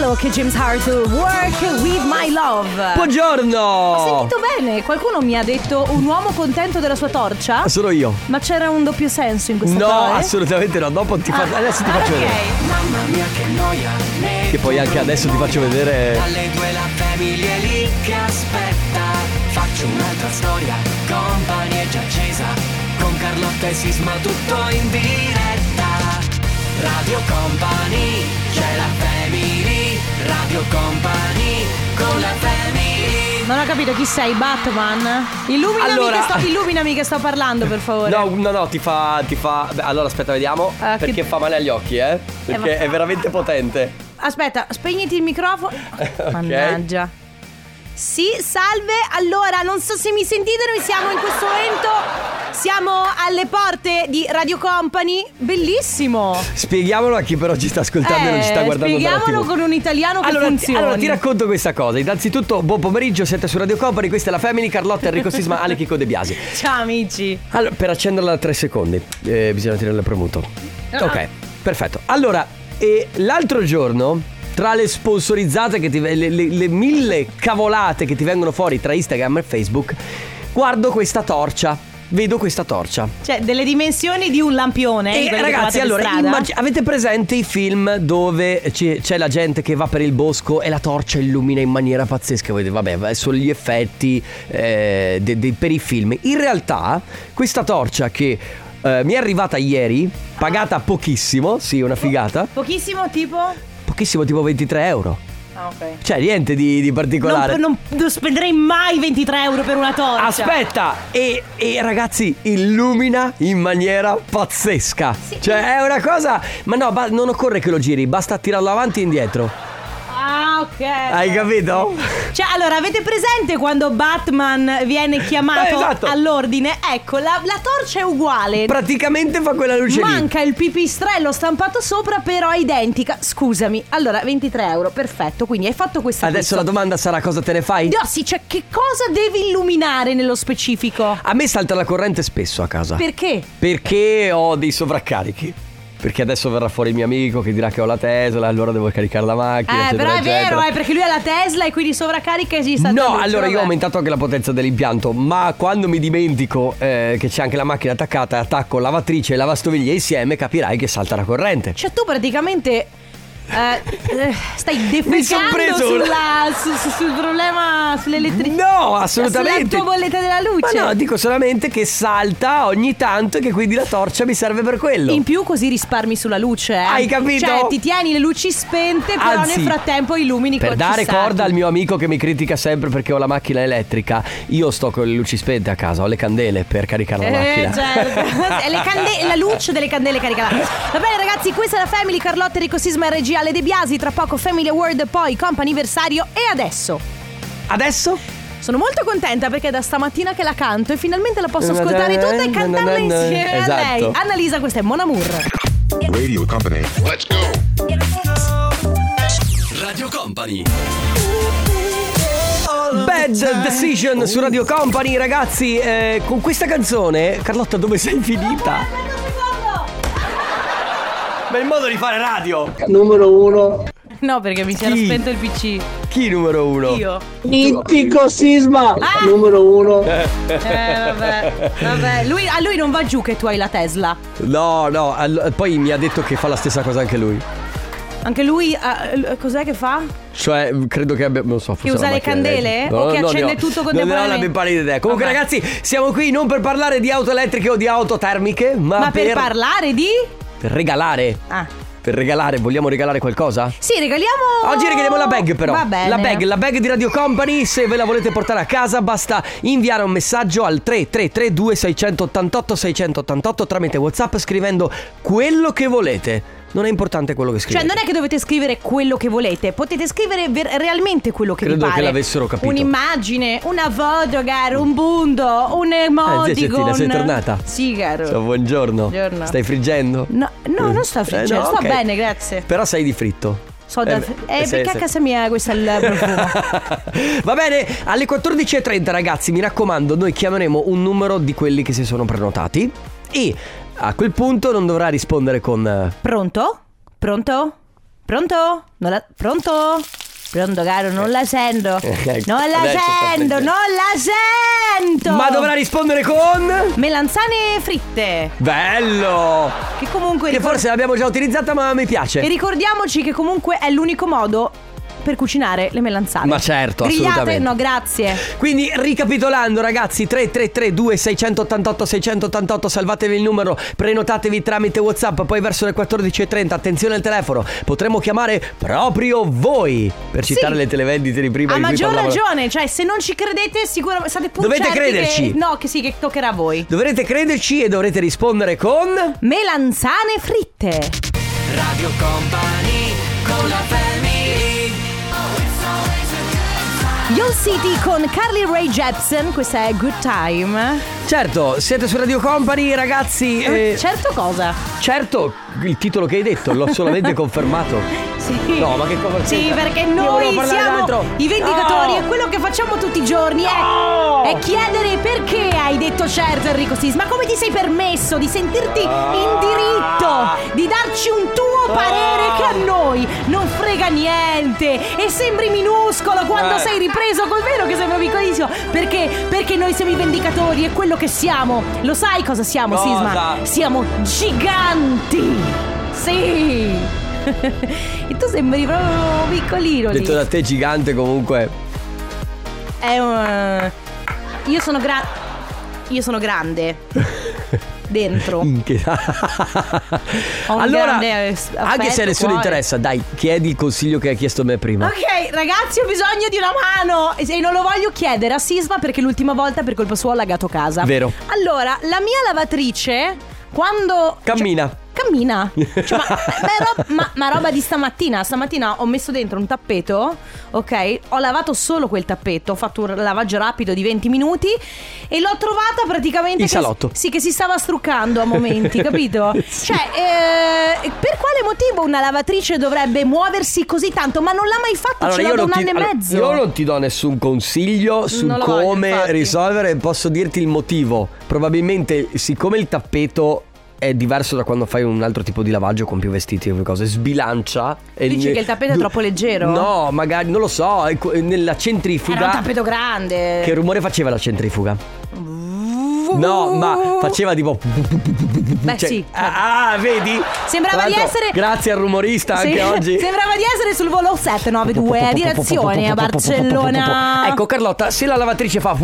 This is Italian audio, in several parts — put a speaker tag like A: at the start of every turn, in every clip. A: Rock, James Hartle, Work with My Love.
B: Buongiorno!
A: Ho sentito bene, qualcuno mi ha detto un uomo contento della sua torcia?
B: Sono Ah, io.
A: Ma c'era un doppio senso in questa
B: No,
A: frase?
B: assolutamente no. Dopo ti faccio. Adesso ti faccio vedere.
A: eh? Ah, Ok.
C: Mamma mia che noia
B: Che poi anche adesso ti faccio vedere.
C: Alle due la famiglia è lì che aspetta Faccio un'altra storia Company è già accesa Con Carlotta e Sisma tutto in diretta Radio Company C'è la family Radio Company Con la family
A: Non ho capito chi sei, Batman. Illuminami,
B: Allora-
A: che, sto, illuminami che sto parlando, per favore.
B: No, no, no, ti fa. Ti fa... Beh, allora aspetta, vediamo.
A: Ah, che-
B: perché fa male agli occhi, eh? Perché
A: ma-
B: è veramente potente.
A: Aspetta, spegniti il microfono.
B: Ok.
A: Mannaggia. Sì, salve. Allora, non so se mi sentite, noi siamo in questo momento. Siamo alle porte di Radio Company. Bellissimo.
B: Spieghiamolo a chi però ci sta ascoltando e non ci sta
A: Eh,
B: guardando dalla
A: spieghiamolo
B: TV.
A: con un italiano che
B: Allora, ti-
A: funziona.
B: allora, ti racconto questa cosa. Innanzitutto, buon pomeriggio, siete su Radio Company, questa è la Family, Carlotta, Enrico Sisma, Ale Chico De Biasi.
A: Ciao amici.
B: Allora, per accenderla da 3 secondi, eh, bisogna tenerla premuto. Ok, perfetto. Allora, e l'altro giorno, tra le sponsorizzate, che ti, le, le- le mille cavolate che ti vengono fuori tra Instagram e Facebook, guardo questa torcia. Vedo questa torcia.
A: Cioè, delle dimensioni di un lampione. di
B: E
A: Eh, quelli che
B: Eh,
A: trovate
B: ragazzi,
A: per
B: allora,
A: strada.
B: immag- avete presente i film dove c'è, c'è la gente che va per il bosco e la torcia illumina in maniera pazzesca? Voi dite, vabbè, sono gli effetti eh, de- de- per i film. In realtà, questa torcia che eh, mi è arrivata ieri, pagata pochissimo, sì, una figata,
A: Pochissimo tipo. Ah,
B: pochissimo, tipo 23 euro.
A: ok.
B: Cioè, niente di, di particolare.
A: Non, non- non spenderei mai 23 euro per una torcia.
B: Aspetta! E, e ragazzi, illumina in maniera pazzesca. Cioè, è una cosa. Ma no, ba- non occorre che lo giri, basta tirarlo avanti e indietro.
A: Ah, ok.
B: Hai capito?
A: Cioè, allora, avete presente quando Batman viene chiamato
B: Eh, esatto.
A: all'ordine? Ecco, la, la torcia è uguale.
B: Praticamente fa quella luce lì.
A: Manca il pipistrello stampato sopra, però è identica. Scusami. Allora, 23 euro, perfetto. Quindi hai fatto questa
B: Adesso la domanda sarà cosa te ne fai?
A: Dossi, cioè, che cosa devi illuminare nello specifico?
B: A me salta la corrente spesso a casa.
A: Perché?
B: Perché ho dei sovraccarichi. Perché adesso verrà fuori il mio amico che dirà che ho la Tesla, allora devo caricare la
A: Eh,
B: macchina. eccetera,
A: però è
B: eccetera.
A: vero, eh, perché lui ha la Tesla e quindi sovraccarica esiste.
B: No, allora io ho aumentato anche la potenza dell'impianto, ma quando mi dimentico eh, che c'è anche la macchina attaccata, attacco lavatrice e lavastoviglie insieme, capirai che salta la corrente.
A: Cioè, tu praticamente. eh, eh, stai
B: son
A: defecando
B: preso una-
A: sulla, su- su- sul problema sull'elettricità.
B: No, assolutamente.
A: Sulla tua bolletta della luce.
B: Ma no, dico solamente che salta ogni tanto e che quindi la torcia mi serve per quello.
A: In più così risparmi sulla luce. eh.
B: Hai capito?
A: Cioè, ti tieni le luci spente, però
B: Anzi,
A: nel frattempo illumini
B: Per
A: con-
B: dare
A: chissà.
B: corda al mio amico che mi critica sempre perché ho la macchina elettrica, io sto con le luci spente a casa, ho le candele per caricare la
A: Eh,
B: macchina.
A: certo. E le cande- la luce delle candele caricata. Va bene, ragazzi, questa è la Family Carlotta Enrico Sisma e regia Ale De Biasi. Tra poco Family Award, poi comp anniversario. E adesso
B: Adesso?
A: sono molto contenta perché è da stamattina che la canto e finalmente la posso ascoltare tutta e cantarla insieme a lei.
B: Esatto.
A: Annalisa, questa è Mon Amour.
D: Radio Company.
C: Radio Company
B: Bad Decision su Radio Company, ragazzi. eh, con questa canzone, Carlotta, dove sei finita? Bel modo di fare radio.
E: Numero uno,
A: No, perché mi si era
B: Chi?
A: spento il PC.
B: Chi numero uno?
A: Io.
E: Ittico Sisma.
A: Ah!
E: Numero uno,
A: Eh, vabbè. Vabbè. Lui- a lui non va giù che tu hai la Tesla.
B: No, no. all- poi mi ha detto che fa la stessa cosa anche lui.
A: Anche lui, eh, cos'è che fa?
B: Cioè, credo che abbia. Non so. forse
A: Che usa
B: una
A: le
B: macchina
A: candele?
B: elettrica.
A: O che
B: ne
A: accende
B: ho-
A: tutto
B: Non ne ho
A: contemporaneamente?
B: la più pallida idea. Comunque,
A: Vabbè.
B: ragazzi, siamo qui non per parlare di auto elettriche o di auto termiche, ma,
A: Ma per, parlare di.
B: per regalare.
A: Ah.
B: Per regalare, vogliamo regalare qualcosa?
A: Sì, regaliamo.
B: Oggi regaliamo la bag però
A: Va bene.
B: La bag, la bag di Radio Company Se ve la volete portare a casa Basta inviare un messaggio al 333 2688 688 Tramite Whatsapp scrivendo quello che volete Non è importante quello che
A: Cioè,
B: scrivete
A: non è che dovete scrivere quello che volete, potete scrivere ver- realmente quello che
B: Credo
A: vi
B: che
A: pare.
B: l'avessero capito.
A: Un'immagine, una fotografia, un bundo, un emoticon.
B: Eh, zia Cettina, sei tornata?
A: Sì, caro.
B: Ciao, buongiorno.
A: Buongiorno.
B: Stai friggendo?
A: No, no, non sto
B: Eh,
A: friggendo,
B: no,
A: sto
B: ok.
A: bene, grazie.
B: Però sei di fritto
A: So da- eh,
B: sei-
A: perché a
B: sei-
A: casa mia questo è il profumo.
B: Va bene, alle 14.30 ragazzi, mi raccomando, noi chiameremo un numero di quelli che si sono prenotati e a quel punto non dovrà rispondere con... eh,
A: Pronto? Pronto? Pronto? Non la- Pronto? Pronto caro, non la sento.
B: ecco,
A: Non la
B: adesso sta
A: sento,
B: sentendo.
A: non la sento.
B: Ma dovrà rispondere con...
A: Melanzane fritte.
B: Bello!
A: Che comunque
B: Che
A: ricor-
B: forse l'abbiamo già utilizzata ma mi
A: E
B: piace.
A: ricordiamoci che comunque è l'unico modo per cucinare le melanzane.
B: Ma certo,
A: Grigliate?
B: assolutamente.
A: No, grazie.
B: Quindi ricapitolando ragazzi 333 2688 688 salvatevi il numero, prenotatevi tramite Whatsapp, poi verso le 14.30 attenzione al telefono, potremmo chiamare proprio voi per citare le televendite di prima.
A: A
B: di cui
A: maggior
B: parlavano.
A: ragione, cioè se non ci credete sicuramente state pur
B: Dovete
A: certi
B: crederci.
A: Che... No, che sì, che toccherà a voi.
B: Dovrete crederci e dovrete rispondere con...
A: Melanzane fritte.
C: Radio Company con la family
A: Yo City con Carly Ray Jepsen, questa è Good Time.
B: Certo, siete su Radio Company ragazzi. eh,
A: Certo cosa?
B: certo, il titolo che hai detto l'ho solamente confermato.
A: Sì.
B: No, ma che cosa
A: Sì,
B: c'entra?
A: perché
B: Io
A: noi
B: volevo parlare
A: siamo
B: d'altro.
A: i vendicatori
B: No!
A: e quello che facciamo tutti i giorni è-
B: No!
A: è, chiedere perché hai detto certo Enrico Sisma, come ti sei permesso di sentirti
B: Ah!
A: in diritto di darci un tuo parere che a noi non frega niente e sembri minuscolo quando
B: Eh.
A: sei ripreso col vero che sembra piccolissimo perché, perché noi siamo i vendicatori e quello che siamo, lo sai cosa siamo
B: Cosa?
A: Sisma? Siamo giganti! Sì! e tu sembri proprio piccolino lì.
B: Detto da te gigante comunque.
A: È un... eh, Io sono gra... Io sono grande. Dentro.
B: Minchia.
A: un
B: allora,
A: grande
B: anche se
A: affetto,
B: a nessuno
A: cuore.
B: interessa, dai, chiedi il consiglio che hai chiesto a me prima.
A: Ok, ragazzi, ho bisogno di una mano. E se- non lo voglio chiedere a Sisma perché l'ultima volta per colpa sua ho lagato casa.
B: Vero.
A: Allora, la mia lavatrice, quando.
B: Cammina.
A: cioè, Cammina Cioè, ma, ma è ro- ma- ma roba di stamattina Stamattina ho messo dentro un tappeto Ok Ho lavato solo quel tappeto Ho fatto un lavaggio rapido di 20 minuti E l'ho trovata praticamente
B: In
A: che-
B: salotto.
A: Sì che si stava struccando a momenti Capito?
B: Sì.
A: Cioè eh, Per quale motivo una lavatrice dovrebbe muoversi così tanto Ma non l'ha mai fatto ce l'ha da un
B: ti,
A: anno e
B: allora,
A: mezzo
B: io non ti do nessun consiglio su
A: Non lo voglio,
B: come
A: infatti.
B: risolvere, posso dirti il motivo. Probabilmente, siccome il tappeto è diverso da quando fai un altro tipo di lavaggio con più vestiti e cose, sbilancia. e
A: Dici
B: ne-
A: che il tappeto è
B: du-
A: troppo leggero?
B: No, magari, non lo so, è co- nella centrifuga.
A: Era un tappeto grande
B: Che rumore faceva la centrifuga? No, ma faceva tipo.
A: Beh
B: cioè-
A: sì
B: ah, ah, vedi?
A: Sembrava
B: Tra
A: di
B: l'altro,
A: essere-
B: Grazie al rumorista
A: Sì,
B: anche oggi.
A: Sembrava di essere sul volo 792 a direzione a Barcellona.
B: Ecco, Carlotta, se la lavatrice fa.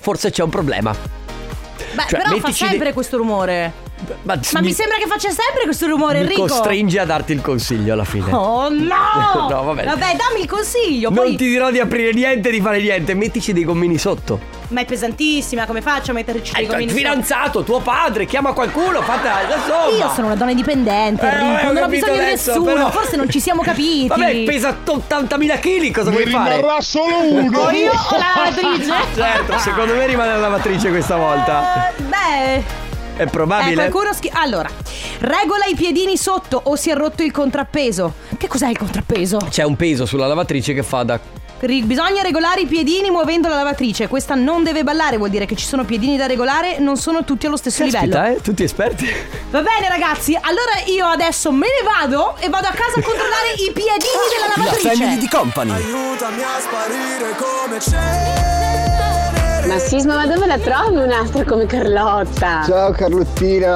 B: Forse c'è un problema.
A: Beh,
B: cioè,
A: però fa
B: mettici di-
A: sempre questo rumore.
B: Ma,
A: Ma mi, sembra che faccia sempre questo rumore,
B: Mi
A: Enrico.
B: costringe a darti il consiglio alla fine.
A: Oh no!
B: No, vabbè.
A: dammi il consiglio.
B: Non
A: Poi,
B: ti dirò di aprire niente, di fare niente. Mettici dei gommini sotto.
A: Ma è pesantissima, come faccio a metterci dei
B: Ecco, il
A: gomini sopra?
B: fidanzato, tuo padre, chiama qualcuno, fatela insomma.
A: Io sono una donna indipendente,
B: Eh,
A: Enrico,
B: vabbè,
A: non ho
B: capito
A: bisogno di
B: adesso,
A: nessuno,
B: però-
A: forse non ci siamo capiti.
B: Vabbè, pesa 80.000 kg, cosa vuoi fare?
D: solo uno.
A: O io o Ah, la lavatrice?
B: Certo, secondo me rimane la lavatrice questa volta.
A: Eh, beh,
B: È
A: Eh,
B: probabile.
A: qualcuno schi- allora, regola i piedini sotto o si è rotto il contrappeso. Che cos'è il contrappeso?
B: C'è un peso sulla lavatrice che fa da.
A: Ri- bisogna regolare i piedini muovendo la lavatrice. Questa non deve ballare, vuol dire che ci sono piedini da regolare, non sono tutti allo stesso livello.
B: Caspita, eh? Tutti esperti.
A: Va bene, ragazzi. Allora io adesso me ne vado e vado a casa a controllare i piedini della lavatrice.
B: Company.
F: Ma Sisma, ma dove la trovi un'altra come Carlotta?
E: Ciao Carlottina.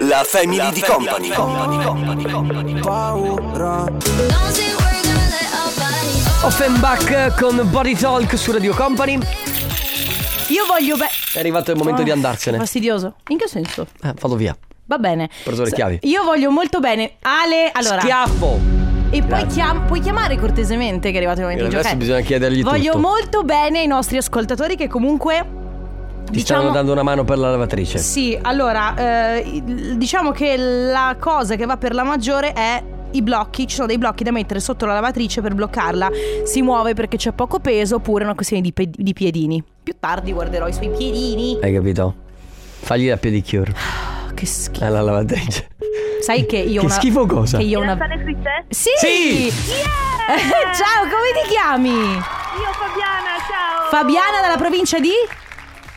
G: La family di company.
B: Offenbach con Body Talk su Radio Company.
A: Io voglio. Beh.
B: È arrivato il
A: Oh,
B: momento di andarsene.
A: Fastidioso. In che senso?
B: Eh, vado via.
A: Va bene.
B: preso le
A: S-
B: chiavi.
A: Io voglio molto bene. Ale, allora.
B: Schiaffo.
A: E poi
B: Grazie.
A: chiam- puoi chiamare cortesemente che è arrivato il momento di
B: Adesso
A: giocare.
B: bisogna chiedergli
A: Voglio
B: tutto.
A: molto bene ai nostri ascoltatori che comunque... diciamo,
B: Ti stanno dando una mano per la lavatrice.
A: Sì, allora, eh, il- diciamo che la cosa che va per la maggiore è i blocchi, ci sono dei blocchi da mettere sotto la lavatrice per bloccarla, si muove perché c'è poco peso oppure è una questione di, pe- di piedini. Più tardi guarderò i suoi piedini.
B: Hai capito? Fagli la pedicure
A: Oh, che schifo.
B: alla lavatrice.
A: Sai che io...
B: Eh, Che
A: una-
B: schifo cosa?
A: Che io una...
H: fritte?
A: Sì! Eh,
B: Sì!
A: Ciao, come ti chiami?
H: Io Fabiana, ciao!
A: Fabiana dalla provincia di...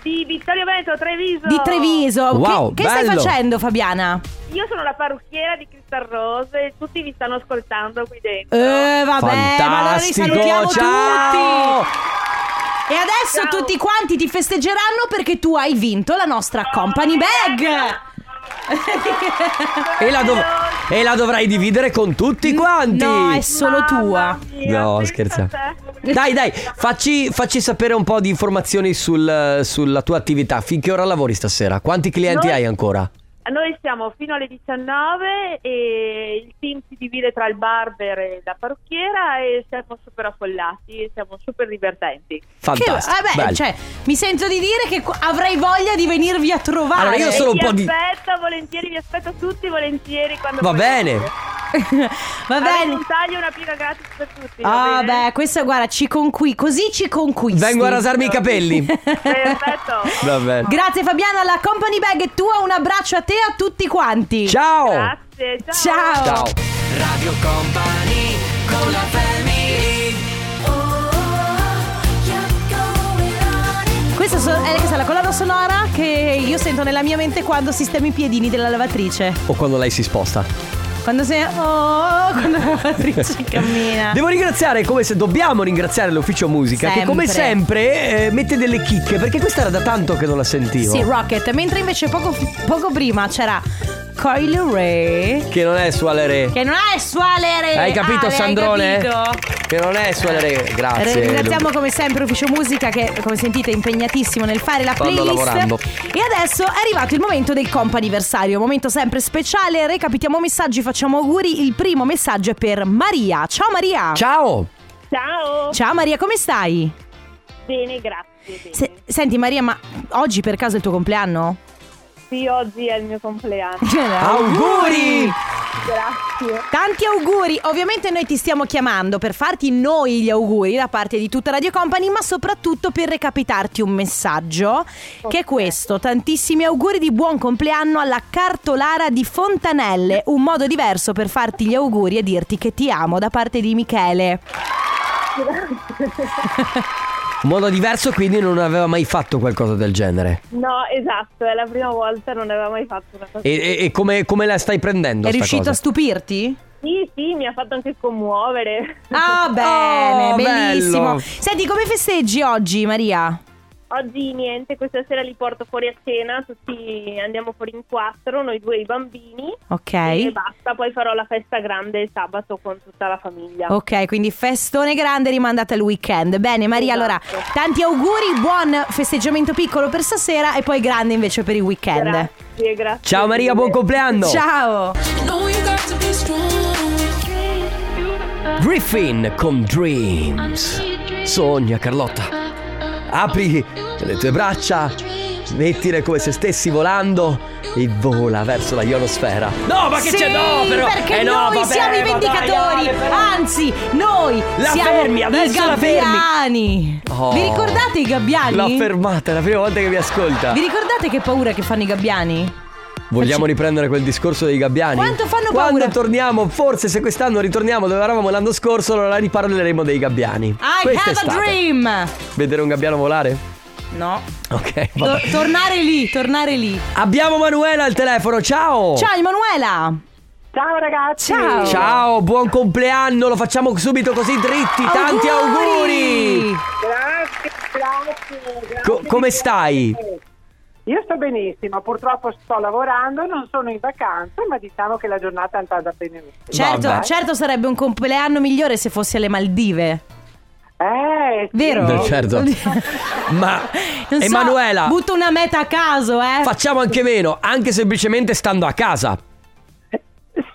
D: Di Vittorio Veneto, Treviso.
A: Di Treviso.
B: Wow,
A: che che stai
B: bello.
A: facendo, Fabiana?
D: Io sono la parrucchiera di Cristal Rose e tutti vi stanno ascoltando qui dentro.
A: Eh, vabbè, ma allora li
B: Fantastico,
A: salutiamo
B: ciao!
A: tutti. E adesso
D: Ciao.
A: tutti quanti ti festeggeranno perché tu hai vinto la nostra company bag.
B: E la, dov- e la dovrai dividere con tutti quanti.
A: No, è solo tua.
B: No, scherziamo. Dai, dai, facci, facci sapere un po' di informazioni sul- sulla tua attività. Finché ora lavori stasera? Quanti clienti
D: Noi-
B: hai ancora?
D: Noi siamo fino alle 19 e il team si divide tra il barber e la parrucchiera e siamo super affollati e siamo super divertenti.
B: Fantastico.
A: Che, vabbè,
B: bello.
A: cioè, mi sento di dire che qu- avrei voglia di venirvi a trovare.
B: Allora, io sono- Solo un
D: vi
B: po' di-
D: aspetto volentieri, vi aspetto tutti volentieri quando
B: Va
D: volete.
B: bene.
A: Va
D: Avete
A: bene.
D: un taglio e una piega gratis per tutti. va
A: Ah,
D: bene?
A: beh, questo guarda, ci conqui, così ci conquisti.
B: Vengo a rasarmi i capelli.
D: Perfetto.
B: Va bene.
A: Grazie Fabiana, la company bag è tua, un abbraccio a te e a tutti quanti.
B: Ciao.
D: Grazie.
A: Oh. Ciao.
B: Ciao.
C: Radio Company con la family
A: Questa, so- è, questa è la colonna sonora che io sento nella mia mente quando sistemo i piedini della lavatrice.
B: O quando lei si sposta.
A: Quando se oh, quando la lavatrice cammina.
B: Devo ringraziare, come se dobbiamo ringraziare l'ufficio musica che come
A: Sempre.
B: sempre eh, mette delle chicche perché questa era da tanto che non la sentivo.
A: Sì, Rocket, mentre invece poco, poco prima c'era Coil Ray.
B: Che non è suolere.
A: Che non è suolere.
B: Hai capito
A: Ale, hai
B: Sandrone?
A: capito?
B: Che non è suolere. Grazie.
A: Re- Ringraziamo
B: Lu-
A: come sempre Ufficio Musica che come sentite è impegnatissimo nel fare la
B: Stanno
A: playlist.
B: lavorando.
A: E adesso è arrivato il momento del comp anniversario, momento sempre speciale, recapitiamo messaggi, facciamo auguri. Il primo messaggio è per Maria. Ciao Maria.
B: Ciao.
D: Ciao.
A: Ciao Maria, come stai?
D: Bene, grazie. bene.
A: Se- senti Maria, ma oggi per caso è il tuo compleanno? Cioè,
D: Sì, oggi è il mio compleanno.
B: Auguri.
D: Grazie.
A: Tanti auguri! Ovviamente noi ti stiamo chiamando per farti noi gli auguri da parte di tutta Radio Company, ma soprattutto per recapitarti un messaggio che è
D: Ok.
A: questo. Tantissimi auguri di buon compleanno alla cartolara di Fontanelle, un modo diverso per farti gli auguri e dirti che ti amo da parte di Michele.
B: Un modo diverso quindi non aveva mai fatto qualcosa del genere.
D: No, esatto, è la prima volta, non aveva mai fatto una cosa.
B: E, e- e come, come la stai prendendo?
A: è
B: sta
A: riuscito
B: cosa?
A: a stupirti?
D: Sì, sì, mi ha fatto anche commuovere.
A: Ah, bene,
B: Oh,
A: bellissimo.
B: bello.
A: Senti, come festeggi oggi, Maria?
D: Oggi niente, questa sera li porto fuori a cena, tutti andiamo fuori in quattro, noi due e i bambini.
A: Ok.
D: E basta, poi farò la festa grande sabato con tutta la famiglia.
A: Ok, quindi festone grande rimandata al weekend. Bene, Maria,
D: Esatto.
A: allora tanti auguri, buon festeggiamento piccolo per stasera e poi grande invece per il weekend.
D: Grazie, grazie.
B: Ciao Maria, buon
D: mille.
B: compleanno.
A: Ciao!
B: Griffin con Dreams. Sogna Carlotta. Apri le tue braccia, mettile come se stessi volando e vola verso la ionosfera. No, ma che
A: Sì,
B: c'è? No, però.
A: Perché
B: Eh no,
A: noi
B: vabbè,
A: siamo i
B: ma dai,
A: vendicatori!
B: Ale, però.
A: Anzi, noi
B: La
A: siamo
B: fermi,
A: i
B: adesso la fermi.
A: gabbiani!
B: Oh.
A: Vi ricordate i gabbiani?
B: L'ho fermata, è la prima volta che mi ascolta.
A: Vi ricordate che paura che fanno i gabbiani?
B: Vogliamo riprendere quel discorso dei gabbiani?
A: Quanto fanno
B: Quando
A: paura?
B: torniamo, forse se quest'anno ritorniamo dove eravamo l'anno scorso, allora riparleremo dei gabbiani.
A: I have
B: Quest'estate.
A: a dream!
B: Vedere un gabbiano volare?
A: No.
B: Ok,
A: Tor-
B: vabbè.
A: tornare lì, tornare lì.
B: Abbiamo Manuela al telefono, ciao!
A: Ciao Emanuela!
D: Ciao ragazzi.
A: Ciao!
B: Ciao, buon compleanno, lo facciamo subito così dritti, tanti auguri!
H: Grazie, grazie, grazie.
B: Co- come stai?
H: Io sto benissimo, purtroppo sto lavorando, non sono in vacanza, ma diciamo che la giornata è andata bene. lo stesso.
A: Certo,
B: Vabbè.
A: certo sarebbe un compleanno migliore se fossi alle Maldive,
H: Eh, sì.
A: vero?
B: Beh, certo. Ma
A: Non so,
B: Emanuela,
A: butto una meta a caso, eh.
B: facciamo anche meno, anche semplicemente stando a casa.
A: Ah,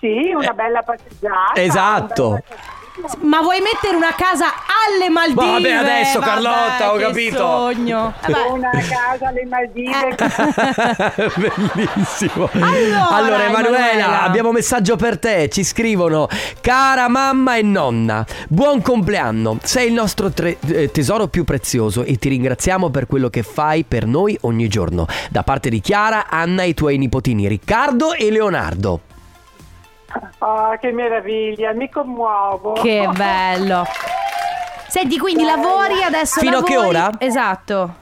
H: Sì, una bella passeggiata.
B: Esatto.
H: un bel passeggiato.
A: Ma vuoi mettere una casa alle Maldive?
B: Vabbè, adesso, Carlotta, ho
A: che
B: capito.
A: sogno. Vabbè.
H: Una casa alle
A: Eh.
H: Maldive.
B: Bellissimo.
A: Allora,
B: Emanuela,
A: Emanuela.
B: abbiamo un messaggio per te. Ci scrivono: Cara mamma e nonna, buon compleanno. Sei il nostro tre- eh, tesoro più prezioso e ti ringraziamo per quello che fai per noi ogni giorno. Da parte di Chiara, Anna e i tuoi nipotini Riccardo e Leonardo.
H: Oh, che meraviglia, mi commuovo.
A: Che bello. Senti, quindi lavori adesso
B: Fino a che
A: lavori-
B: ora?
A: Esatto.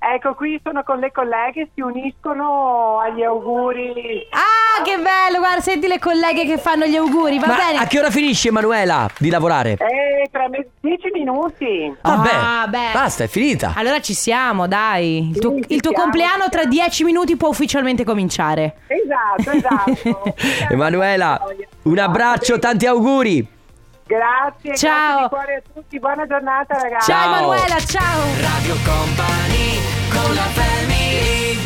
H: ecco, qui sono con le colleghe, si uniscono agli auguri.
A: Ah, che bello! Guarda, senti le colleghe che fanno gli auguri, va
B: Ma
A: bene?
B: a che ora finisce Emanuela di lavorare?
H: Eh, tra me- dieci minuti.
B: Vabbè,
A: Ah, beh.
B: basta, è finita.
A: Allora ci siamo, dai. Il tuo,
H: Sì, ci
A: il tuo
H: siamo,
A: compleanno
H: ci
A: tra dieci minuti può ufficialmente cominciare.
H: Esatto, esatto.
B: Emanuela, un abbraccio, tanti auguri.
H: Grazie,
A: Ciao.
H: grazie di cuore a tutti, buona giornata ragazzi.
A: Ciao,
B: Ciao.
A: Emanuela, ciao.
C: Radio Company con la family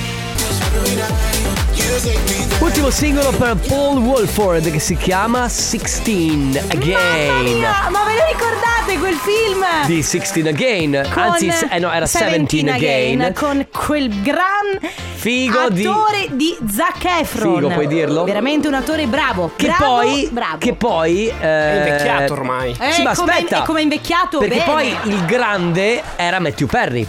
B: Ultimo singolo per Paul Wolford che si chiama 16
A: Mamma
B: Again.
A: mia, ma ve lo ricordate quel film?
B: Di 16 Again,
A: Con
B: anzi se- eh no, era 17, Again.
A: Con quel gran
B: Figo di-
A: attore di... Zac Efron.
B: Figo, puoi dirlo?
A: Veramente un attore bravo.
B: Che
A: bravo,
B: poi,
A: bravo.
B: che poi eh, è
I: invecchiato ormai.
A: Eh,
B: sì, ma
A: come-
B: aspetta,
A: è come invecchiato
B: Perché
A: bene.
B: poi il grande era Matthew Perry.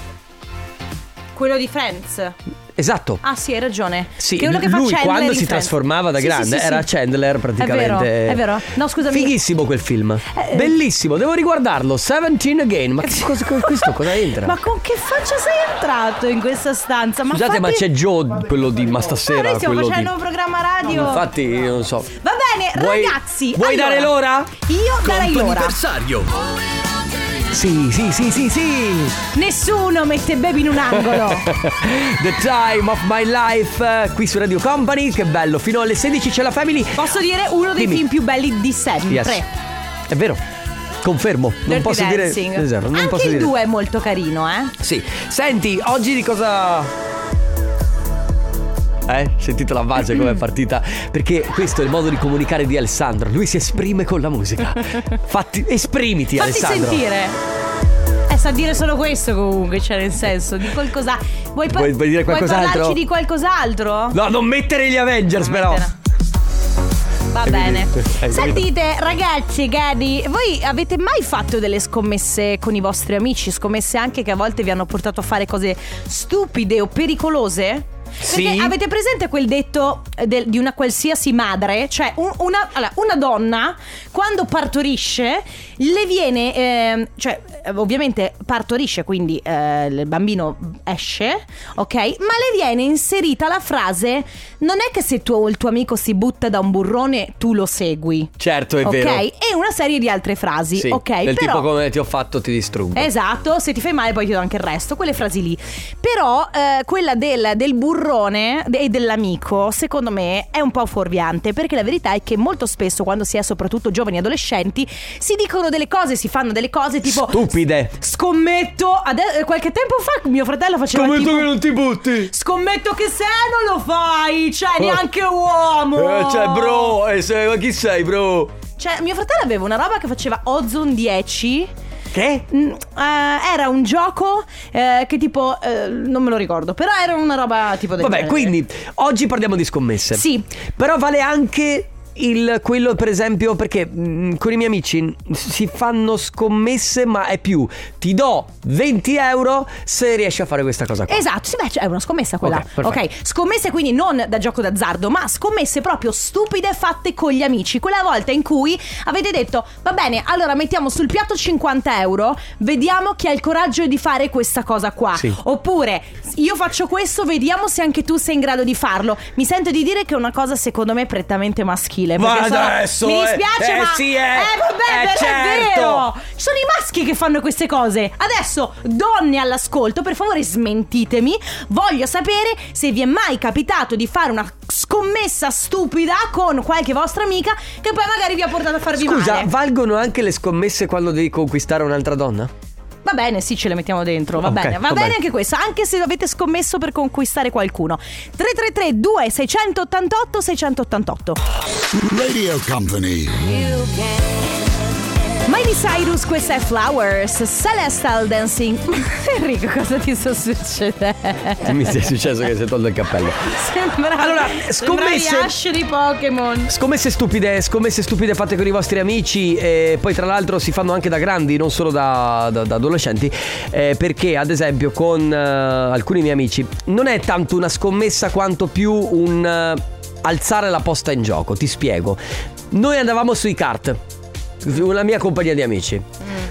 A: Quello di Friends.
B: Esatto.
A: Ah sì, hai ragione.
B: Sì,
A: che è quello che fa
B: lui
A: Chandler
B: quando
A: in
B: si
A: Friends.
B: trasformava da
A: Sì,
B: grande
A: sì, sì,
B: era
A: sì.
B: Chandler praticamente.
A: È vero, è vero. No, scusami. Eh,
B: Fighissimo quel film. Bellissimo, devo riguardarlo. 17 Again. Ma che cosa, co- questo cosa entra?
A: Ma con che faccia sei entrato in questa stanza? Ma
B: Scusate, ma
A: fatti-
B: c'è Joe, quello di Ma
A: Ma
B: stasera.
A: noi stiamo
B: quello
A: facendo
B: di...
A: un programma radio.
B: Infatti, io non so.
A: Va bene,
B: Vuoi-
A: ragazzi.
B: vuoi
A: allora,
B: dare l'ora?
A: Io darei l'ora.
B: Comp'anniversario. Sì, sì, sì, sì, sì.
A: Nessuno mette baby in un angolo.
B: The time of my life eh, qui su Radio Company. Che bello, fino alle 16 c'è la family.
A: Posso dire uno dei
B: Dimmi.
A: film più belli di sempre.
B: Yes. È vero. Confermo, non
A: Dirty
B: posso
A: Dancing.
B: dire. Esatto, non
A: Anche
B: posso
A: il
B: dire.
A: 2 è molto carino, eh.
B: Sì. Senti, oggi di cosa. Eh, sentite la voce come è partita. Perché questo è il modo di comunicare di Alessandro. Lui si esprime con la musica. Fatti, esprimiti,
A: Fatti
B: Alessandro.
A: sentire. Eh, sa dire solo questo comunque, cioè nel senso di qualcosa. Vuoi, par-
B: Vuoi- vuoi dire qualcos'altro?
A: parlarci di qualcos'altro?
B: No, non mettere gli Avengers, però.
A: Va
B: Hai
A: bene.
B: capito? Hai capito?
A: Sentite, ragazzi, Gadi, voi avete mai fatto delle scommesse con i vostri amici? Scommesse anche che a volte vi hanno portato a fare cose stupide o pericolose? Perché
B: Sì.
A: avete presente quel detto eh, del- di una qualsiasi madre? Cioè, un- una, allora, una donna quando partorisce le viene, ehm, cioè, eh, ovviamente partorisce, quindi eh, il bambino esce, ok? Ma le viene inserita la frase: Non è che se tuo- il tuo amico si butta da un burrone, tu lo segui.
B: Certo, è
A: ok?
B: vero.
A: E una serie di altre frasi,
B: Sì,
A: ok?
B: Del
A: però...
B: tipo come ti ho fatto ti distruggo.
A: Esatto, se ti fai male poi ti do anche il resto, quelle frasi lì. Però eh, quella del, del burrone de- e dell'amico, secondo me, è un po' fuorviante, perché la verità è che molto spesso quando si è soprattutto giovani e adolescenti si dicono delle cose, si fanno delle cose tipo...
B: Stupide.
A: Scommetto, ade- eh, qualche tempo fa mio fratello faceva
B: Scommetto
A: tipo...
B: che non ti butti.
A: Scommetto che se non lo fai, cioè neanche uomo.
B: Eh, cioè, bro, eh, sei- ma chi sei, bro?
A: Cioè, mio fratello aveva una roba che faceva Ozone 10.
B: Che?
A: Mm, eh, era un gioco eh, che tipo eh, non me lo ricordo, però era una roba tipo del
B: Vabbè,
A: genere.
B: quindi oggi parliamo di scommesse.
A: Sì.
B: Però vale anche il, quello, per esempio, perché mh, con i miei amici mh, si fanno scommesse, ma è più ti do 20 euro se riesci a fare questa cosa qua.
A: Esatto, sì, beh, cioè, è una scommessa quella.
B: Ok, perfetto.
A: scommesse quindi non da gioco d'azzardo, ma scommesse proprio stupide fatte con gli amici. Quella volta in cui avete detto, va bene, allora mettiamo sul piatto 50 euro, vediamo chi ha il coraggio di fare questa cosa qua.
B: Sì.
A: Oppure, io faccio questo, vediamo se anche tu sei in grado di farlo. Mi sento di dire che è una cosa, secondo me, prettamente maschile.
B: Ma
A: perché sono-
B: adesso,
A: Mi
B: eh,
A: dispiace,
B: eh,
A: ma.
B: sì, eh,
A: eh, vabbè,
B: eh,
A: però è
B: certo.
A: vero. Ci sono i maschi che fanno queste cose. Adesso, donne all'ascolto, per favore smentitemi. Voglio sapere se vi è mai capitato di fare una scommessa stupida con qualche vostra amica che poi magari vi ha portato a farvi
B: Scusa,
A: male.
B: valgono anche le scommesse quando devi conquistare un'altra donna?
A: Va bene, sì, ce le mettiamo dentro. Va
B: Ok,
A: bene, va,
B: va
A: bene,
B: bene.
A: anche questo, anche se avete scommesso per conquistare qualcuno. 333 2688 688.
J: Radio Company.
A: Miley Cyrus, questa è Flowers, Celestial Dancing. Enrico, cosa ti sta succedendo?
B: Mi è successo che si è tolto il cappello.
A: Sembra
B: Allora, scommesse-
A: Ash di Pokémon.
B: Scommesse stupide, scommesse stupide fatte con i vostri amici e poi tra l'altro si fanno anche da grandi, non solo da, da- da adolescenti, eh, perché ad esempio con eh, alcuni miei amici non è tanto una scommessa quanto più un eh, alzare la posta in gioco, ti spiego. Noi andavamo sui kart, una mia compagnia di amici.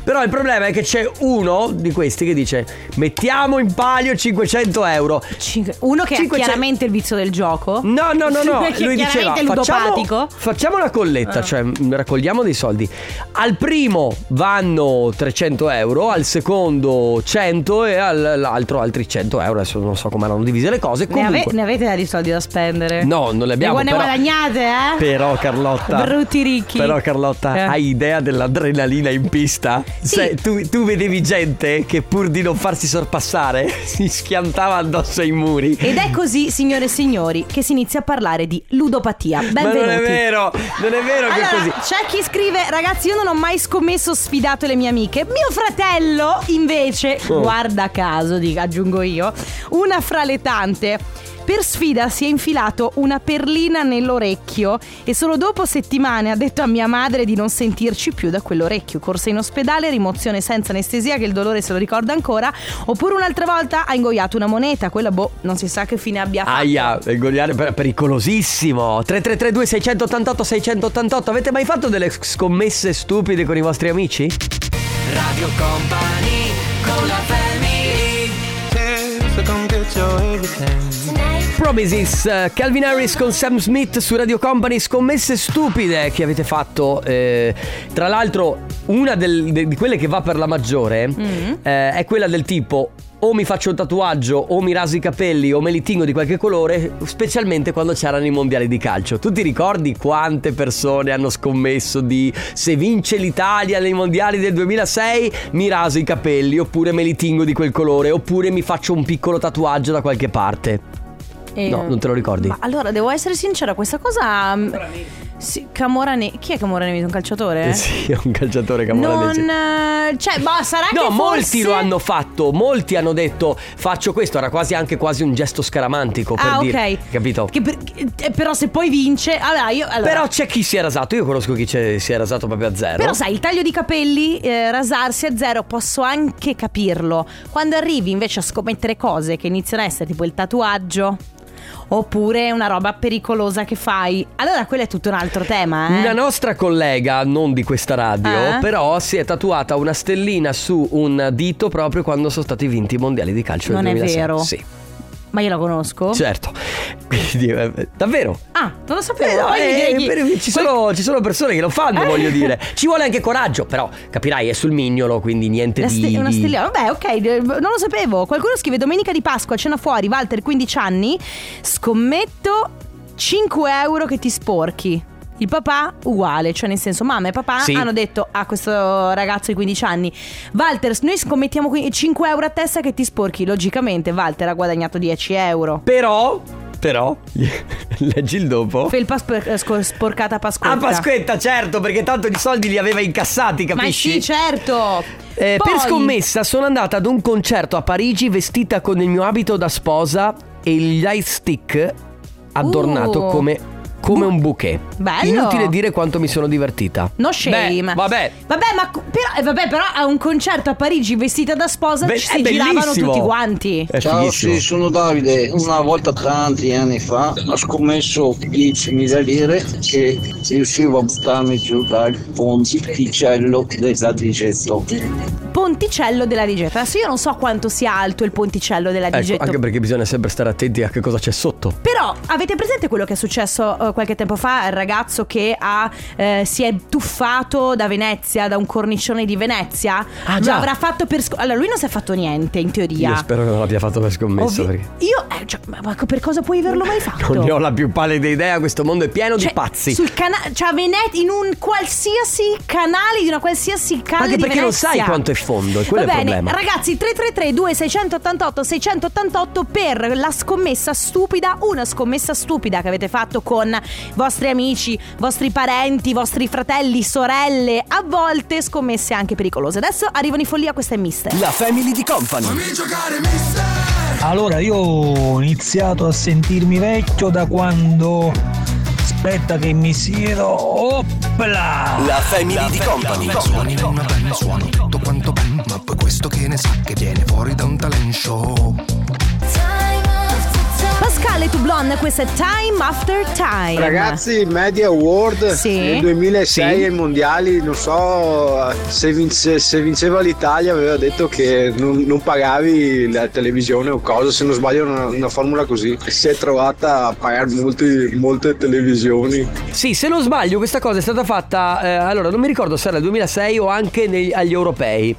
B: Però il problema è che c'è uno di questi che dice mettiamo in palio 500 euro.
A: Cinque- Uno che
B: Cinque-
A: è chiaramente il vizio del gioco.
B: No, no, no, no.
A: Che
B: Lui diceva:
A: chiaramente è
B: facciamo,
A: ludopatico. Ah.
B: facciamo una colletta, cioè mh, raccogliamo dei soldi. Al primo vanno 300 euro, al secondo 100 e all'altro altri 100 euro. Adesso non so come erano divise le cose.
A: Ne, ave-
B: Comunque,
A: ne avete di soldi da spendere?
B: no, non le abbiamo.
A: Ne
B: però-
A: guadagnate, eh?
B: Però Carlotta
A: Brutti ricchi.
B: Però Carlotta
A: Eh.
B: Hai idea dell'adrenalina in pista? Cioè, tu, tu vedevi gente Che pur di non farsi sorpassare Si schiantava addosso ai muri
A: Ed è così, signore e signori, che si inizia a parlare di ludopatia.
B: Ma
A: Benvenuti.
B: non è vero Non è vero che è
A: Allora,
B: così
A: c'è chi scrive, ragazzi, io non ho mai scommesso sfidato le mie amiche. Mio fratello, invece,
B: Oh.
A: guarda caso, dico- aggiungo io, una fra le tante. Per sfida si è infilato una perlina nell'orecchio e solo dopo settimane ha detto a mia madre di non sentirci più da quell'orecchio. Corsa in ospedale, rimozione senza anestesia, che il dolore se lo ricorda ancora. Oppure un'altra volta ha ingoiato una moneta, quella boh, non si sa che fine abbia fatto.
B: Aia, il gogliare è pericolosissimo. 3332 688 688. Avete mai fatto delle scommesse stupide con i vostri amici?
C: Radio Company con la family
B: Promises, eh, Calvin Harris con Sam Smith su Radio Company, scommesse stupide che avete fatto. eh, tra l'altro, una del- de- di quelle che va per la maggiore eh, è quella del tipo o mi faccio un tatuaggio o mi raso i capelli o me li tingo di qualche colore, specialmente quando c'erano i mondiali di calcio. Tu ti ricordi quante persone hanno scommesso di se vince l'Italia nei mondiali del 2006 mi raso i capelli oppure me li tingo di quel colore oppure mi faccio un piccolo tatuaggio da qualche parte?
A: Eh,
B: No, non te lo ricordi.
A: Ma allora, devo essere sincera, questa cosa. mm, Sì, Camoranesi. Chi è Camoranesi? Un calciatore?
B: Eh Sì, è un calciatore camoranesi.
A: Non. eh, Cioè, ma sarà che.
B: No, molti
A: forse-
B: lo hanno fatto, molti hanno detto faccio questo, era quasi anche quasi un gesto scaramantico per
A: Ah,
B: dire,
A: ok.
B: capito?
A: Che per- che- eh, però se poi vince. Allora, io. allora-
B: Però c'è chi si è rasato, io conosco chi c'è- si è rasato proprio a zero.
A: però sai, il taglio di capelli, eh, rasarsi a zero, posso anche capirlo. Quando arrivi invece a scommettere cose che iniziano a essere tipo il tatuaggio. Oppure una roba pericolosa che fai. Allora, quello è tutto un altro tema, eh.
B: Una nostra collega, non di questa radio,
A: Eh?
B: però si è tatuata una stellina su un dito proprio quando sono stati vinti i mondiali di calcio del
A: Non è
B: 2006.
A: vero.
B: Sì,
A: Ma io la conosco.
B: certo. Quindi, eh, davvero,
A: Ah, non lo sapevo.
B: Eh, no,
A: Poi mi
B: eh,
A: direi-
B: per- ci, sono, ci sono persone che lo fanno,
A: Eh.
B: voglio dire. Ci vuole anche coraggio, però capirai, è sul mignolo, quindi niente
A: La
B: di.
A: ste- una
B: di-
A: stellina. Vabbè, ok, eh, non lo sapevo. Qualcuno scrive domenica di Pasqua, cena fuori, Walter, 15 anni. Scommetto 5 euro che ti sporchi. Il papà uguale, cioè nel senso mamma e papà
B: Sì.
A: hanno detto a questo ragazzo di 15 anni Walter, noi scommettiamo qui 5 euro a testa che ti sporchi. Logicamente Walter ha guadagnato 10 euro.
B: Però, però, leggi il dopo.
A: Felpa sp- eh, scor- sporcata a Pasquetta.
B: A Pasquetta, certo, perché tanto di soldi li aveva incassati,
A: Ma
B: capisci?
A: sì, certo.
B: Eh, per
A: Poi-
B: scommessa sono andata ad un concerto a Parigi vestita con il mio abito da sposa e il lightstick adornato
A: Uh.
B: come, come un bouquet.
A: Bello.
B: Inutile dire quanto mi sono divertita.
A: No
B: Beh,
A: shame.
B: vabbè.
A: Vabbè, ma cu- però, eh, vabbè, però a un concerto a Parigi vestita da sposa
B: Be-
A: ci
B: è
A: si giravano
B: bellissimo. Eh.
A: tutti quanti.
B: È
I: Ciao,
B: fighissimo.
I: sì, sono Davide. Una volta tanti anni fa ho scommesso 10.000 lire che riuscivo a buttarmi giù dal ponticello della Digetto.
A: Ponticello della Rigetta. Adesso io non so quanto sia alto il ponticello della
B: Ecco,
A: Rigetto.
B: anche perché bisogna sempre stare attenti a che cosa c'è sotto.
A: Però avete presente quello che è successo eh, qualche tempo fa al ragazzo che ha, eh, si è tuffato da Venezia, da un cornicione di Venezia?
B: Ah,
A: Lo
B: già.
A: avrà fatto per sc- Allora lui non si è fatto niente in teoria.
B: Io spero che non l'abbia fatto per scommessa.
A: Ovvi-
B: perché
A: Io eh, cioè, ma, ma per cosa puoi averlo mai fatto?
B: non ne ho la più pallida idea. Questo mondo è pieno
A: Cioè,
B: di pazzi.
A: Sul canale, cioè a Venet- in un qualsiasi canale di una qualsiasi canale
B: Anche
A: di
B: perché non
A: Venezia.
B: sai quanto è fondo, e quello
A: Va
B: è il
A: bene,
B: problema.
A: Ragazzi, 333 2688 688 per la scommessa stupida, una scommessa stupida che avete fatto con vostri amici, vostri parenti, vostri fratelli, sorelle, a volte scommesse anche pericolose. Adesso arrivano i follia, questa è Mister.
G: La family di Company
K: Allora, io ho iniziato a sentirmi vecchio da quando. Aspetta che mi siedo. Oppla!
G: La family di Company
A: Pascale Blondie to Blonde, questa è Time After Time.
L: Ragazzi, Media Award
A: Sì.
L: nel 2006
A: Sì.
L: ai mondiali, non so se, vince- se vinceva l'Italia aveva detto che non, non pagavi la televisione o cosa, se non sbaglio era una, una formula così. Si è trovata a pagare molti- molte televisioni.
B: Sì, se non sbaglio, questa cosa è stata fatta. eh, allora, non mi ricordo se era il 2006 o anche negli- agli europei.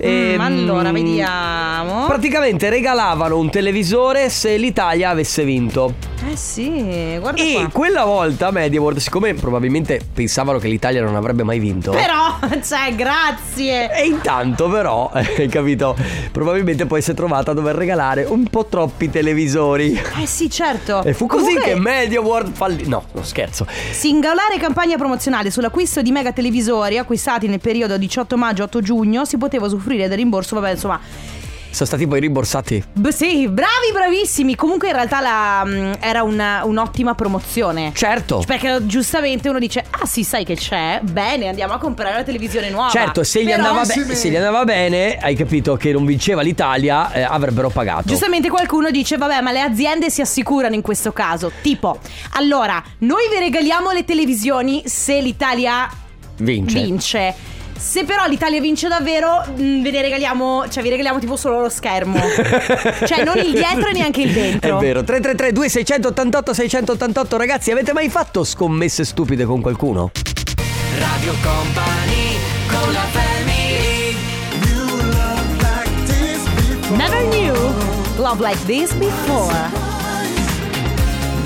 B: Ehm,
A: Mm, allora, vediamo.
B: Praticamente regalavano un televisore se l'Italia avesse vinto.
A: Eh sì, guarda
B: e
A: qua.
B: quella volta MediaWorld, siccome probabilmente pensavano che l'Italia non avrebbe mai vinto.
A: Però, cioè, grazie.
B: E intanto però, hai capito, probabilmente poi si è trovata a dover regalare un po' troppi televisori.
A: Eh sì, certo.
B: E fu così
A: Comunque-
B: che MediaWorld fallì. No, non scherzo.
A: Singolare campagna promozionale sull'acquisto di mega televisori acquistati nel periodo 18 maggio-8 giugno si poteva usufruire del rimborso, vabbè insomma...
B: Sono stati poi rimborsati.
A: beh, sì, bravi, bravissimi. Comunque in realtà la, mh, era una- un'ottima promozione.
B: Certo.
A: Perché giustamente uno dice, ah sì, sai che c'è? Bene, andiamo a comprare la televisione nuova.
B: Certo, se gli,
A: Però-
B: andava be- se gli andava bene, hai capito che non vinceva l'Italia, eh, avrebbero pagato.
A: Giustamente qualcuno dice, vabbè, ma le aziende si assicurano in questo caso. Tipo, allora, noi vi regaliamo le televisioni se l'Italia
B: Vince.
A: vince. Se però l'Italia vince davvero, mh, ve ne regaliamo, cioè vi regaliamo tipo solo lo schermo. cioè non il dietro e neanche il dentro.
B: È vero. 333 2688 688 ragazzi, avete mai fatto scommesse stupide con qualcuno?
C: Radio Company con la family
A: Never knew love like this before.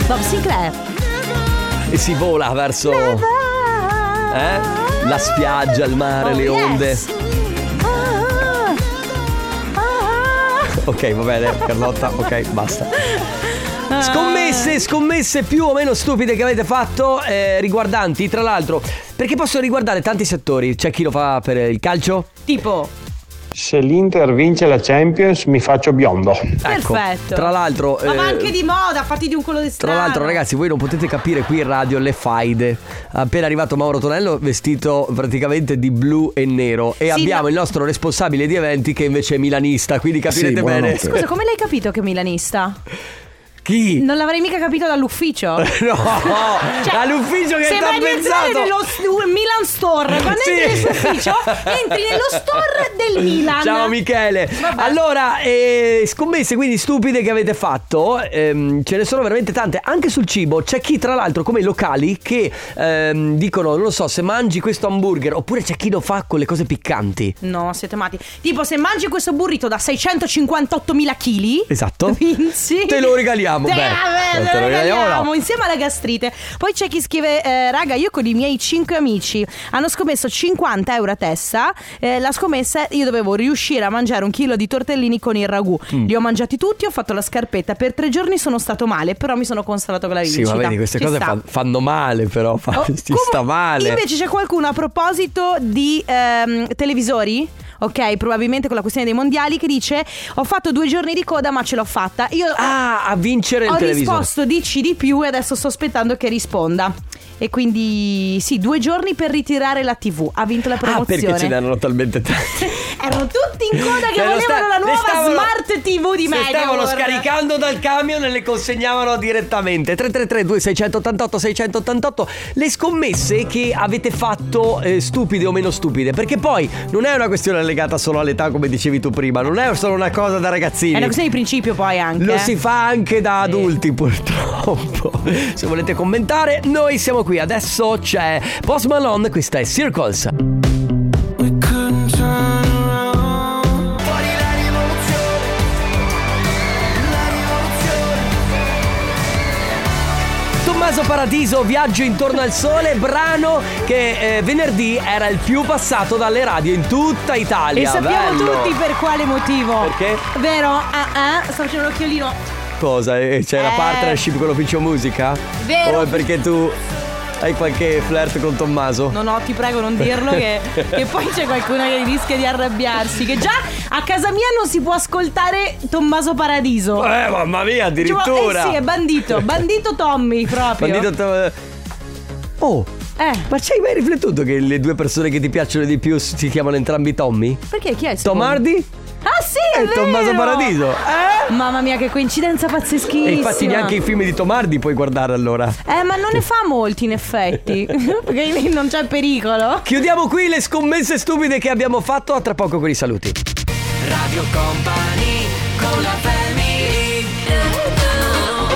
A: Bob Sinclair.
B: E si vola verso eh? la spiaggia, il mare,
A: Oh,
B: le
A: yes.
B: onde.
A: Ah, ah,
B: Ok, va bene, Carlotta, ok, basta.
A: ah.
B: Scommesse, scommesse più o meno stupide che avete fatto, eh, riguardanti tra l'altro, perché possono riguardare tanti settori. C'è chi lo fa per il calcio?
A: Tipo,
M: Se l'Inter vince la Champions mi faccio biondo.
B: Ecco,
A: Perfetto.
B: Tra l'altro,
A: ah. Ma va
B: eh,
A: anche di moda, fatti di un colore
B: Tra
A: strano.
B: l'altro, ragazzi, voi non potete capire qui in radio le faide. Appena arrivato Mauro Tonello, vestito praticamente di blu e nero.
A: Sì,
B: E abbiamo
A: ma-
B: il nostro responsabile di eventi che invece è milanista. Quindi capirete
A: Sì,
B: bene.
A: Scusa, come l'hai capito che è milanista?
B: Chi?
A: Non l'avrei mica capito dall'ufficio. no,
B: dall'ufficio che
A: Cioè, sembra
B: t'ha
A: di entrare
B: pensato.
A: nello s- Milan Store. Quando
B: Sì.
A: entri nel suo ufficio, entri nello store del Milan.
B: Ciao Michele. Allora, eh, scommesse quindi stupide che avete fatto, ehm, ce ne sono veramente tante, anche sul cibo. C'è chi tra l'altro come i locali che ehm, dicono, non lo so, se mangi questo hamburger, oppure c'è chi lo fa con le cose piccanti.
A: No, siete amati. Tipo, se mangi questo burrito da 658.000 kg,
B: Esatto.
A: Vinci.
B: Te lo regaliamo.
A: Te,
B: Beh,
A: vabbè,
B: eh,
A: te
B: te
A: lo
B: lo regaliamo,
A: regaliamo
B: no.
A: insieme alla gastrite. Poi c'è chi scrive: eh, Raga, io con i miei 5 amici hanno scommesso 50 euro a testa. Eh, la scommessa è io dovevo riuscire a mangiare un chilo di tortellini con il ragù.
B: Mm.
A: Li ho mangiati tutti, ho fatto la scarpetta. Per tre giorni sono stato male, però mi sono consolato con la
B: Sì,
A: vincita.
B: ma vedi, queste
A: Ci
B: cose
A: sta.
B: fan- fanno male, però. fa-
A: Oh,
B: ti sta male.
A: Invece c'è qualcuno a proposito di ehm, televisori? Ok, probabilmente con la questione dei mondiali che dice ho fatto due giorni di coda ma ce l'ho fatta. Io
B: ah, a vincere il
A: ho
B: televisore.
A: risposto dici di più e adesso sto aspettando che risponda. E quindi sì, due giorni per ritirare la TV. Ha vinto la
B: Ah,
A: promozione.
B: perché ce n'erano talmente tanti.
A: Erano tutti in coda che
B: Cioè, lo
A: volevano
B: sta-
A: la
B: le
A: nuova
B: stavano-
A: smart TV di
B: Se
A: Media.
B: stavano scaricando dal camion e le consegnavano direttamente 333 2688 688 le scommesse che avete fatto eh, stupide o meno stupide perché poi non è una questione legata solo all'età come dicevi tu prima non è solo una cosa da ragazzini
A: Eh, È una questione di principio poi anche.
B: Lo
A: eh.
B: si fa anche da adulti purtroppo. Se volete commentare, noi siamo qui. Adesso c'è Post Malone, questa è Circles. Tommaso Paradiso, Viaggio intorno al sole, brano che eh, venerdì era il più passato dalle radio in tutta Italia.
A: E sappiamo
B: Bello.
A: tutti per quale motivo. Perché? Vero? Ah ah, sto facendo l'occhiolino.
B: Cosa? Eh, C'è la
A: Eh.
B: partnership con l'ufficio musica?
A: Vero.
B: O è perché tu hai qualche flirt con Tommaso?
A: No, no, ti prego non dirlo che, che poi c'è qualcuno che rischia di arrabbiarsi. Che già a casa mia non si può ascoltare Tommaso Paradiso.
B: Eh, mamma mia,
A: Cioè, ma-
B: addirittura!
A: eh sì, è bandito. Bandito Tommy proprio.
B: Bandito Tom- eh, Oh,
A: Eh,
B: ma ci hai mai riflettuto che le due persone che ti piacciono di più si chiamano entrambi Tommy?
A: perché chi è il
B: Tom
A: secondo?
B: Hardy
A: Ah sì, è
B: e
A: vero!
B: Tommaso Paradiso. Eh?
A: Mamma mia, che coincidenza pazzeschissima.
B: E infatti neanche i film di Tomardi puoi guardare allora.
A: Eh, ma non ne fa molti in effetti. Perché lì non c'è pericolo.
B: Chiudiamo qui le scommesse stupide che abbiamo fatto. A tra poco con i saluti.
C: Radio Company con la family.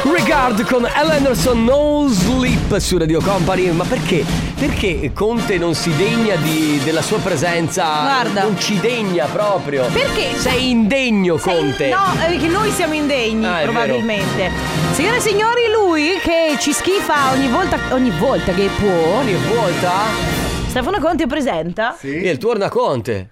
B: Regard con Al Anderson No Sleep su Radio Company. Ma perché? Perché Conte non si degna di- della sua presenza?
A: Guarda.
B: Non ci degna proprio.
A: Perché?
B: Sei indegno, Conte.
A: No, eh, perché noi siamo indegni,
B: Ah, è
A: probabilmente. Signore e signori, lui che ci schifa ogni volta, ogni volta che può.
B: Ogni volta?
A: Stefano Conte presenta.
B: E il torna Conte.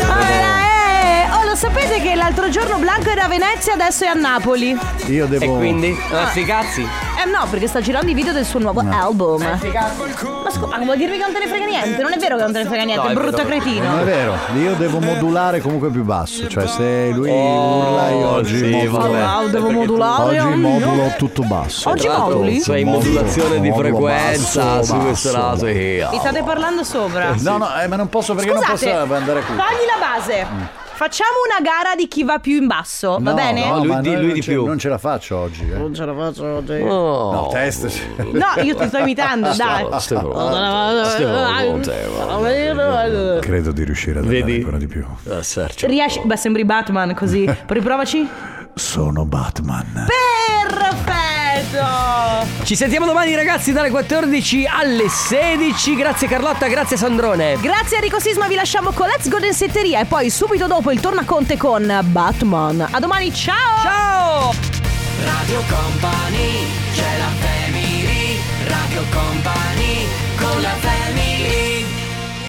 A: Eh, oh, lo sapete che l'altro giorno Blanco era a Venezia, adesso è a Napoli.
N: Io devo.
B: E quindi? Ah,
A: Ah.
B: sti cazzi.
A: Eh no, perché sta girando i video del suo nuovo album. Ma scusa, vuol dirmi che non te ne frega niente? Non è vero che non te ne frega niente,
N: No, è
A: brutto
N: vero.
A: cretino.
N: Non è vero, io devo modulare comunque più basso, cioè se lui urla io oggi
B: sì,
N: modulo-
B: vabbè. Ah,
A: devo
B: Oh. modulare,
N: Oggi
B: mm,
N: modulo tutto basso.
A: Oggi Tra l'altro moduli?
B: sei in
N: Modulo-
B: modulazione di
N: modulo
B: frequenza
N: basso,
B: su questo
N: basso.
B: lato, eh.
A: Vi state parlando sopra.
N: No, no, eh, ma non posso perché
A: Scusate,
N: non posso andare
A: Togli
N: qui.
A: la base. Facciamo una gara di chi va più in basso, va
N: Mm. No,
A: bene?
N: No,
B: Lui
N: ma
B: di-
N: noi
B: lui
N: non
B: di
N: ce-
B: più.
N: Non ce la faccio oggi. eh. Non
A: ce la faccio oggi.
B: No,
N: no testa.
B: Eh.
A: No, io ti sto imitando, dai.
N: Stefano Credo di riuscire ad andare ancora di più.
B: Eh, certo.
A: Riesci? Beh, sembri Batman così. Riprovaci.
N: Sono Batman.
A: Perfetto.
B: Ci sentiamo domani ragazzi dalle 14 alle 16. Grazie Carlotta, grazie Sandrone.
A: Grazie Enrico Sisma, vi lasciamo con Let's Golden Setteria e poi subito dopo il tornaconte con Batman. A domani, ciao!
B: Ciao!
C: Radio Company, c'è la family. Radio Company con la family.